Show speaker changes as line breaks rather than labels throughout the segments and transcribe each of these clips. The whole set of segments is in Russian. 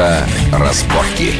Авторазборки.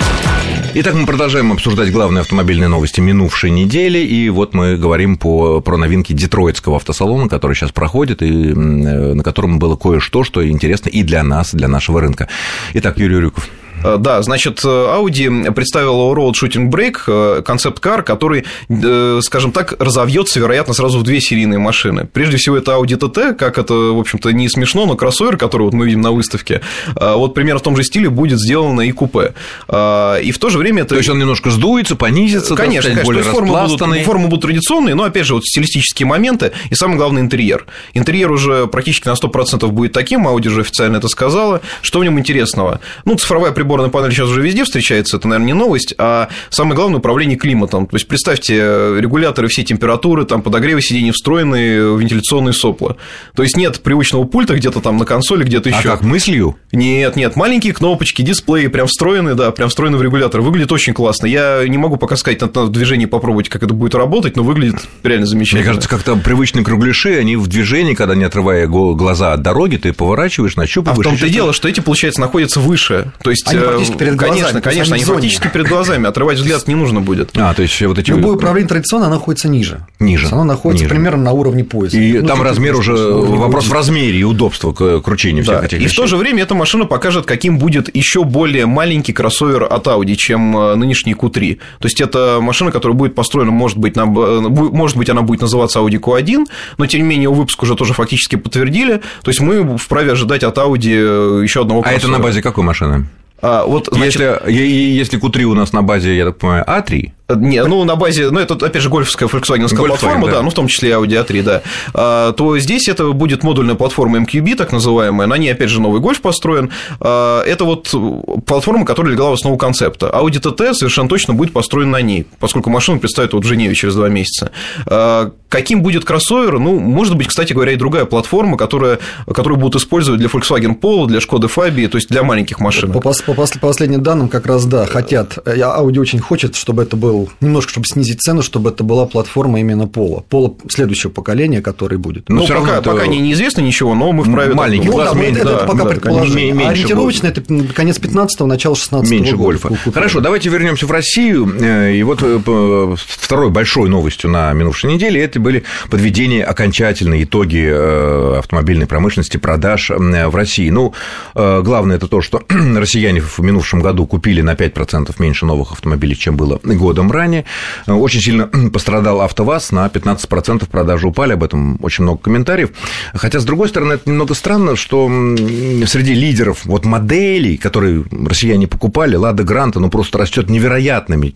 Итак, мы продолжаем обсуждать главные автомобильные новости минувшей недели. И вот мы говорим по, про новинки детройтского автосалона, который сейчас проходит, и э, на котором было кое-что, что интересно и для нас, и для нашего рынка. Итак, Юрий Рюков.
Э, Да, значит, Audi представила Road Shooting Brake, концепт-кар, который, э, скажем так, разовьется, вероятно, сразу в две серийные машины. Прежде всего, это Audi TT, как это, в общем-то, не смешно, но кроссовер, который вот мы видим на выставке, э, вот примерно в том же стиле будет сделано и купе. Э, И в то же время это...
То есть, он немножко сдуется, понизится,
конечно, так сказать, конечно. более то есть формы будут, формы будут традиционные, но, опять же, вот стилистические моменты и, самое главное, интерьер. Интерьер уже практически на 100% будет таким, Audi уже официально это сказала. Что в нем интересного? Ну, цифровая прибор приборная панель сейчас уже везде встречается, это, наверное, не новость, а самое главное управление климатом. То есть представьте, э, регуляторы все температуры, там подогревы сидений встроенные, вентиляционные сопла. То есть нет привычного пульта где-то там на консоли, где-то еще.
А как мыслью?
Нет, нет, маленькие кнопочки, дисплеи прям встроены, да, прям встроены в регулятор. Выглядит очень классно. Я не могу пока сказать, надо в движении попробовать, как это будет работать, но выглядит реально замечательно.
Мне кажется, как-то привычные кругляши, они в движении, когда не отрывая глаза от дороги, ты поворачиваешь, нащупываешь.
А в том-то и дело, что эти, получается, находятся выше. То есть э,
они практически перед глазами.
Конечно, конечно, они, они практически перед глазами. Отрывать взгляд не нужно будет.
А, то есть вот эти...
Любое управление традиционно оно находится ниже.
Ниже.
Оно находится
ниже.
примерно на уровне пояса.
И ну, там размер уже... Вопрос в размере и удобства кручения всех
да.
этих
И вещей. в то же время эта машина покажет, каким будет еще более маленький кроссовер от Audi, чем э, нынешний Q3. То есть, это машина, которая будет построена, может быть, на... э, может быть она будет называться Audi Q1, но, тем не менее, его выпуск уже тоже фактически подтвердили. То есть, мы вправе ожидать от Audi э, еще одного кроссовера.
А это на базе какой машины?
А, вот,
значит... если, если Q3 у нас на базе, я так понимаю, А А3,
не, ну на базе, ну это опять же гольфская фольксвагеновская платформа, да. да, ну в том числе и Audi A3, да, а, то здесь это будет модульная платформа MQB, так называемая, на ней опять же новый гольф построен. А, это вот платформа, которая легла в основу концепта. Audi TT совершенно точно будет построен на ней, поскольку машину представят вот в Женеве через два месяца. А, каким будет кроссовер? Ну, может быть, кстати говоря, и другая платформа, которая, которую будут использовать для Volkswagen Polo, для Skoda Fabia, то есть для маленьких машин.
По, по, по последним данным как раз, да, хотят, Audi очень хочет, чтобы это был немножко, чтобы снизить цену, чтобы это была платформа именно пола. Пола следующего поколения, который будет.
Ну,
Но, но все Ну, пока, равно пока не, неизвестно ничего, но мы вправе...
Маленький
ну,
класс,
да, меньше, это, да, это пока да, предположение. Меньше а ориентировочно это конец 15-го, начало 16-го
Меньше
года.
гольфа. Купили. Хорошо, давайте вернемся в Россию. Э, И вот второй большой новостью на минувшей неделе это были подведение окончательные итоги э, автомобильной промышленности продаж в России. Ну, главное это то, что россияне в минувшем году купили на 5% меньше новых автомобилей, чем было годом ранее. Э, Очень сильно пострадал АвтоВАЗ, на 15% продажи упали, об этом очень много комментариев. Хотя, с другой стороны, это немного странно, что среди лидеров вот моделей, которые россияне покупали, Лада Гранта, ну, просто растет невероятными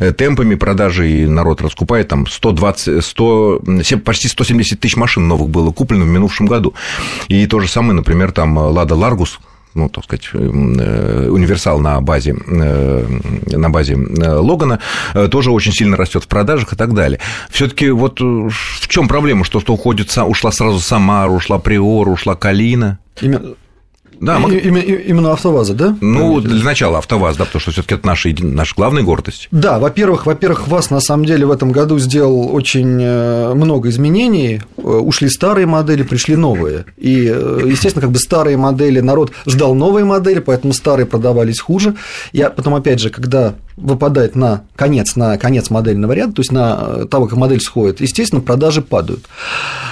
э, темпами продажи, и народ раскупает, там 120, 100, почти 170 тысяч машин новых было куплено в минувшем году. И то же самое, например, там э, Лада Ларгус, ну, так сказать, э, универсал на базе, э, на базе э, Логана, тоже очень сильно растет в продажах и так далее. Все-таки вот э, в чем проблема, что, что уходит, ушла сразу Самара, ушла Приор, ушла Калина?
Именно... Да, мы... именно, именно АвтоВАЗа, да?
А, Ну, для начала АвтоВАЗ, да, потому что все-таки это наша, наша главная гордость.
Да, во-первых, во-первых, ВАЗ на самом деле в этом году сделал очень э, много изменений. Э, Ушли старые модели, пришли новые. И, э, естественно, как бы старые модели, народ ждал новые модели, поэтому старые продавались хуже. Я потом, опять же, когда выпадает на конец, на конец модельного ряда, то есть на э, того, как модель сходит, естественно, продажи падают.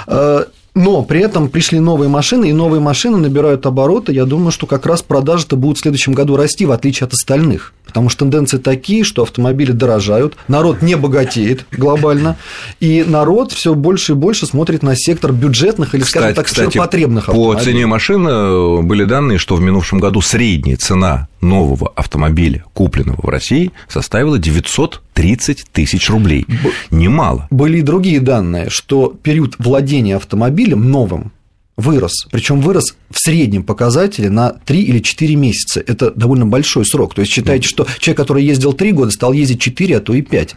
Э, Но при этом пришли новые машины, и новые машины набирают обороты. Я думаю, что как раз продажи-то будут в следующем году расти, в отличие от остальных. Потому что тенденции такие, что автомобили дорожают, народ не богатеет глобально, и народ все больше и больше смотрит на сектор бюджетных или, скажем так,
кстати,
потребных
автомобилей. По цене машин э, были данные, что в минувшем году средняя цена нового автомобиля, купленного в России, составила 930 тысяч рублей. Б... Немало.
Были и другие данные, что период владения автомобилем новым вырос. Причем вырос в среднем показателе на 3 или 4 месяца.
Ну.
Это довольно большой срок. То есть считайте, что человек, который ездил 3 года, стал ездить 4, а то и 5.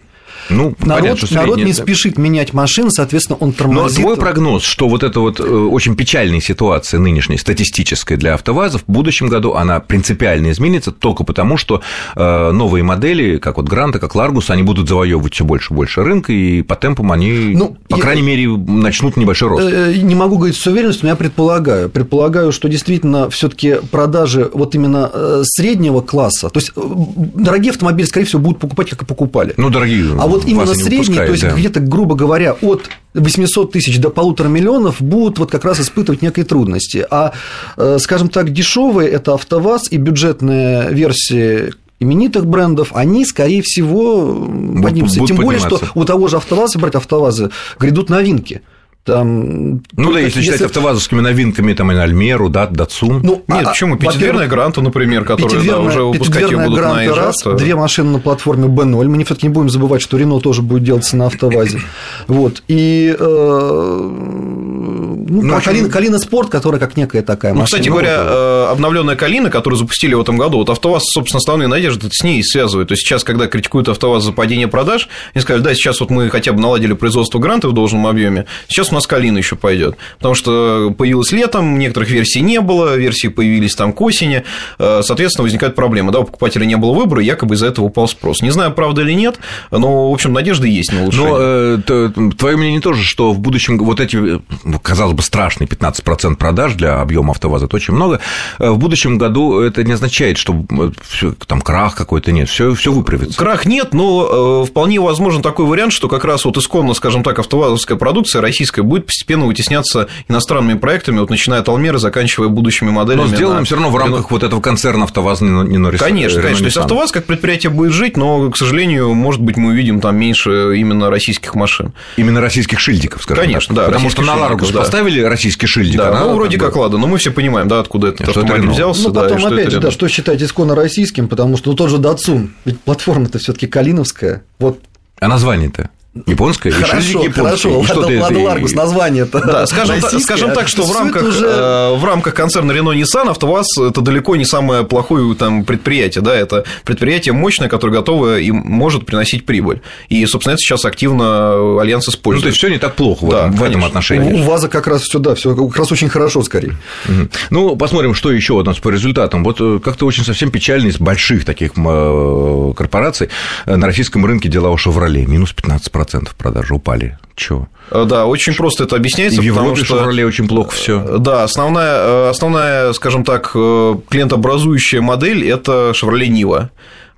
Ну,
народ,
понятно, что
народ не
средняя-
спешит менять машины, соответственно, он
Но
тормозит.
Ну, а твой прогноз, что вот эта вот э, очень печальная ситуация нынешняя, статистическая для автовазов, в будущем году она принципиально изменится только потому, что э, новые модели, как вот Гранта, как Ларгус, они будут завоевывать все больше и больше рынка, и по темпам они,
Ну,
по
я-
крайней мере, начнут небольшой рост.
Э, Не могу говорить с уверенностью, но я предполагаю. Предполагаю, что действительно все-таки продажи вот именно э, среднего класса, то есть э, дорогие автомобили, скорее всего, будут покупать, как и покупали.
Ну, дорогие.
А вот
вазы
именно
не
средний,
выпускают,
то есть
да.
где-то, грубо говоря, от 800 тысяч до полутора миллионов будут вот как раз испытывать некие трудности. А, э, скажем так, дешевые – это «АвтоВАЗ» и бюджетные версии именитых брендов, они, скорее всего, м,
Будут-
поднимутся.
будут
Тем более, что
подниматься.
у того же «АвтоВАЗа», брать «АвтоВАЗы», грядут новинки. Там,
Ну да,
только
если считать автовазовскими новинками, там и на Альмеру, да, Датсун.
Ну,
Нет,
а-
почему?
а, во-первых,
Пятидверная гранта, например, которую да,
Пятидверная-
уже выпускать ее
пятидверная
будут
Гранта
наезжать.
раз, две машины на платформе B0. Мы все-таки не будем забывать, что Рено тоже будет делаться на автовазе. Вот. И э, ну,
Ну,
а
очень-
Калина, Калина Спорт, которая как некая такая
Ну,
машина.
кстати говоря, э, обновленная Калина, которую запустили в этом году, вот АвтоВАЗ, собственно, основные надежды с ней и связывают. То есть сейчас, когда критикуют АвтоВАЗ за падение продаж, они сказали, да, сейчас вот мы хотя бы наладили производство гранта в должном объеме, сейчас у нас Калина еще пойдет. Потому что появилась летом, некоторых версий не было, версии появились там к осени, э, соответственно, возникает проблема, да, у покупателя не было выбора, и якобы из-за этого упал спрос. Не знаю, правда или нет, но, в общем, надежды есть на улучшение.
Но э, т- твое мнение тоже, что в будущем вот эти, э, казалось бы, страшные 15% продаж для объема автоваза, это очень много. Э, В будущем году это не означает, что э, всё, там крах какой-то нет, все, все выправится.
Крах нет, но э, вполне возможен такой вариант, что как раз вот исконно, скажем так, автовазовская продукция российская будет постепенно вытесняться иностранными проектами, вот начиная от Алмеры, заканчивая будущими моделями.
Но сделаем
на-
все равно в рамках вот этого концерна автоваз не, не Норрис-
Ну, Конечно,
э,
конечно. То есть
Nissan.
АвтоВАЗ как предприятие будет жить, но, к сожалению, может быть, мы увидим там меньше именно российских машин.
Именно российских шильдиков, скажем
Конечно,
так.
да,
Потому что
российских
на
шильдиков,
Ларгус
да.
поставили российский шильдик. а
да,
она
ну, вроде как,
бы-
ладно, но мы все понимаем, да, откуда этот
Что это
автомобиль
Renault.
взялся,
Ну,
да, и
потом,
что
опять
это
же, да,
Renault.
что считать исконно российским, потому что ну, тот же Датсун, ведь платформа-то все таки калиновская. Вот
А название-то? Японское? И шильдик
хорошо,
японский.
хорошо,
И что
ладно,
ты-
ладно,
и-
Ларгус, название-то
Да, скажем, так,
российское,
скажем так, что
то
в
есть это
рамках,
уже...
э, в рамках концерна Renault Nissan АвтоВАЗ это далеко не самое плохое там предприятие, да, это предприятие мощное, которое готово и может приносить прибыль. И, собственно, это сейчас активно Альянс
Ну, то
использует.
есть все не так плохо в
Да,
этом- в этом
конечно.
отношении.
У ВАЗа как раз все, да, все как раз очень хорошо скорее.
Мгм. Ну, посмотрим, что еще у нас по результатам. Вот э, как-то очень совсем печально из больших таких м, э, корпораций э, на российском рынке дела у «Шевроле». Минус 15% продажи упали. Чего?
Э, Да, очень просто это
И
объясняется,
в
потому
Европе
что...
«Шевроле» очень плохо все.
Э, Да, основная, э, основная, скажем так, э, клиентообразующая модель – это Chevrolet Niva.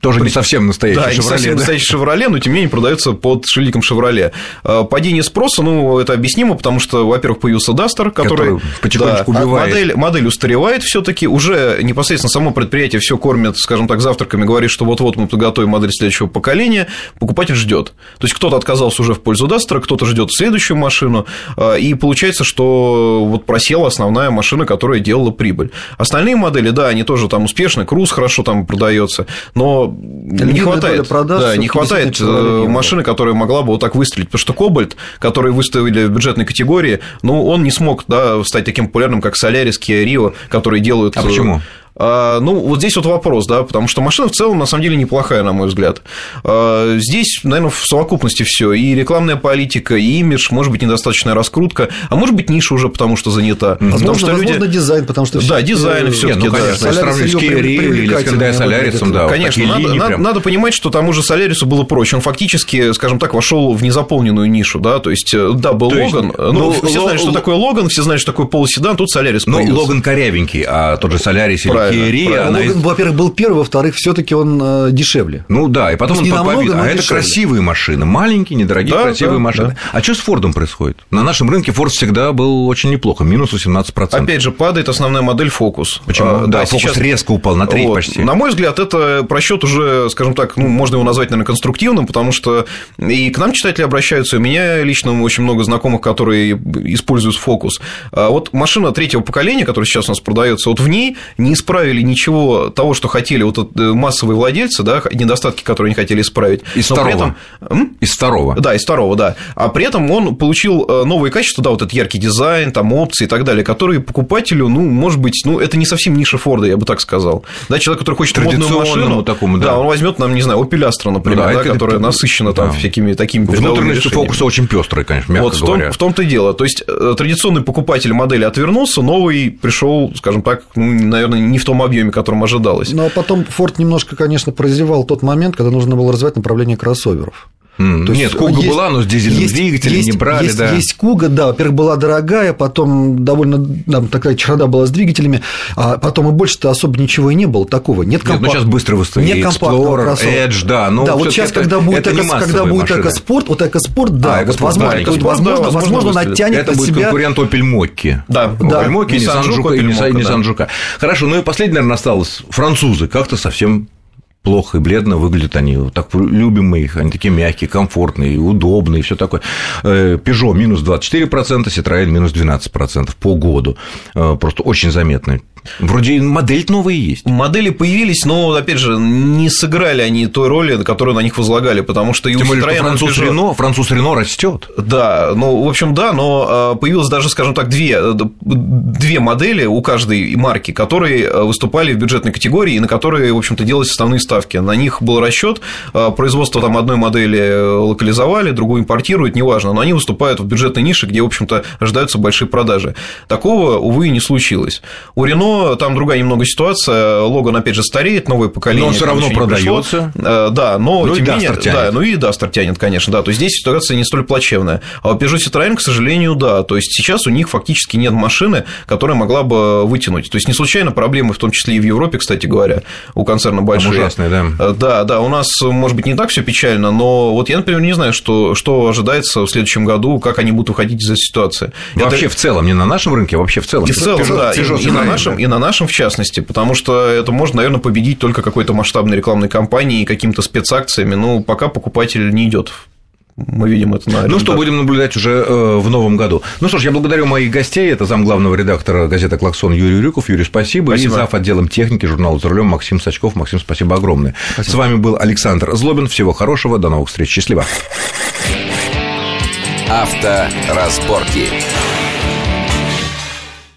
Тоже не совсем настоящий
Да, не
«Шевроле».
совсем
да?
настоящий «Шевроле», но тем не менее продается под шильдиком «Шевроле». Э, Падение спроса, ну, это объяснимо, потому что, во-первых, появился «Дастер», который,
Который потихонечку
а
убивает.
Модель, модель устаревает все таки уже непосредственно само предприятие все кормит, скажем так, завтраками, говорит, что вот-вот мы подготовим модель следующего поколения, покупатель ждет. То есть, кто-то отказался уже в пользу «Дастера», кто-то ждет следующую машину, э, и получается, что вот просела основная машина, которая делала прибыль. Остальные модели, да, они тоже там успешны, «Круз» хорошо там продается, но не
Львиная
хватает,
доля продаж
да,
всё-таки
не хватает
действительно человек
э,
не было.
машины, которая могла бы вот так выстрелить. Потому что Кобальт, который выставили в бюджетной категории, ну, он не смог да, стать таким популярным, как Солярис, Киа Рио, которые делают... э,
А почему?
А, ну, вот здесь вот вопрос, да, потому что машина в целом, на самом деле, неплохая, на мой взгляд. А, Здесь, наверное, в совокупности все. И рекламная политика, и имидж, может быть, недостаточная раскрутка, а может быть, ниша уже потому что занята.
Ну,
потому
Возможно,
что люди-
возможно, дизайн, потому что
Да,
всё-таки,
дизайн
э,
всё-таки,
Нет, ну,
да.
конечно, если
«Солярис»
сравнивать с
её
«Киа Рио» или с
привлекательно
«Hyundai Солярисом»,
выглядит.
да. вот
Конечно,
такие
надо,
линии
надо-
А, прям.
надо понимать, что тому же Солярису было проще. Он фактически, скажем так, вошел в незаполненную нишу, да, то есть, э, да, был
То есть,
Логан. Ну,
ну,
все
Ло-
знают, что
Ло-
такое Логан, все знают, что такое полуседан, тут Солярис
Ну,
появился.
Логан корявенький, а тот же «Солярис» или
Правильно,
«Киа Рио»,
правильно.
она из-
Логан, во-первых, был первый, во-вторых, все-таки он э, дешевле.
Ну да, и потом
То
он
есть не
по- по
намного,
виду.
но
А это
дешевле.
красивые машины, маленькие, недорогие,
Да,
красивые
да,
машины. А что с Фордом происходит? На нашем рынке Форд всегда был очень неплохо, минус 18%.
Опять же, падает основная модель фокус.
Почему?
Э,
А,
да, фокус
сейчас-
резко упал на треть
Вот.
почти.
На мой взгляд, это просчет уже, скажем так, ну, можно его назвать, наверное, конструктивным, потому что и к нам читатели обращаются, и у меня лично очень много знакомых, которые используют фокус. А Вот машина третьего поколения, которая сейчас у нас продается, вот в ней не исправили ничего того, что хотели вот этот э, массовые владельцы, да, недостатки, которые они хотели исправить.
Из
но при
второго.
М?
Из второго.
Да, из второго, да. А при этом он получил э, новые качества, да, вот этот яркий дизайн, там опции и так далее, которые покупателю, ну, может быть, ну, это не совсем ниша Форда, я бы так сказал. Да, человек, который хочет модную
Традиционному
машину,
такому, да.
да, он возьмет, нам, не знаю, Opel Astra, например,
Ну да,
да,
это-
которая
это-
насыщена там
да.
всякими такими передовыми
Внутренности
решениями.
фокуса очень пестрые, конечно, мягко
Вот в,
говоря.
том, в том-то и дело. То есть э, традиционный покупатель модели отвернулся, новый пришел, скажем так, ну, наверное, не в том объеме, которым ожидалось.
Ну, а потом Форд немножко, конечно, прозевал тот момент, когда нужно было развивать направление кроссоверов.
М,
То есть
Нет, Куга
есть-
была, но с дизельным двигателем не брали,
есть,
да.
Есть Куга, да, во-первых, была дорогая, потом довольно там, такая чехарда была с двигателями, а потом и больше-то особо ничего и не было такого. Нет,
Нет,
компакт...
ну сейчас быстро выставили.
Нет компактного
Explorer,
кроссовера.
Edge, да. Ну,
да, вот
всё-таки
сейчас,
это-
когда будет,
это не
эко-
массовые
когда будет
машины.
экоспорт, вот экоспорт,
А,
да, вот
экоспорт, да,
возможно, то есть,
экоспорт,
возможно,
да, возможно,
возможно,
выстрелит.
натянет
Это
на
будет
себя
конкурент Opel Мокки.
Да.
Да.
Opel Мокки,
Nissan
Nissan
Juke,
Жука и
Opel
Nissan
Mokka, да.
Nissan Жука. Хорошо, ну и последнее, наверное, осталось. Французы как-то совсем плохо и бледно выглядят они. Вот Так любим мы их, они такие мягкие, комфортные, удобные, все такое. Э, Peugeot минус 24%, Citroёn минус 12% по году. Э, Просто очень заметно. Вроде и модель новая есть.
Модели появились, но, опять же, не сыграли они той роли, на которую на них возлагали, потому что и у
Тем более,
Citroёn,
что
и у
француз
Peugeot-
Рено, француз Рено растет.
Да, ну, в общем, да, но э, появилось даже, скажем так, две, э, д- две модели у каждой марки, которые э, выступали в бюджетной категории и на которые, в общем-то, делались основные ставки. На них был расчет, а, производство там одной модели э, локализовали, другую импортируют, неважно, но они выступают в бюджетной нише, где, в общем-то, ожидаются большие продажи. Такого, увы, не случилось. У Рено там другая немного ситуация, Логан, опять же, стареет, новое поколение.
всё равно
короче, не пришло.
продаётся.
Э, Да, но,
Ну и
тем не менее,
Duster тянет.
да, ну и Дастер тянет, конечно, да. То есть здесь ситуация не столь плачевная. А у Peugeot Citroёn, к сожалению, да. То есть сейчас у них фактически нет машины, которая могла бы вытянуть. То есть не случайно проблемы, в том числе и в Европе, кстати говоря, у концерна большие.
ужасные, да.
Э, Да, да, у нас, может быть, не так все печально, но вот я, например, не знаю, что, что ожидается в следующем году, как они будут выходить из этой ситуации. Это-
Вообще в целом, не на нашем рынке, а вообще в целом.
и в целом,
Peugeot-
да, и-
Peugeot
и, на
Citroёn,
нашем,
да.
и на нашем в частности, потому что это можно, наверное, победить только какой-то масштабной рекламной кампанией и какими-то спецакциями, но пока покупатель не идет. Мы видим это на
Ну что,
результатах.
будем наблюдать уже э, в новом году. Ну что ж, я благодарю моих гостей. Это зам главного редактора газеты «Клаксон» Юрий Рюков. Юрий, спасибо.
Спасибо.
И зав. отделом техники журнала «За рулем» Максим Сачков. Максим, спасибо огромное. С вами был Александр Злобин. Всего хорошего. До новых встреч. Счастливо.
Авторазборки.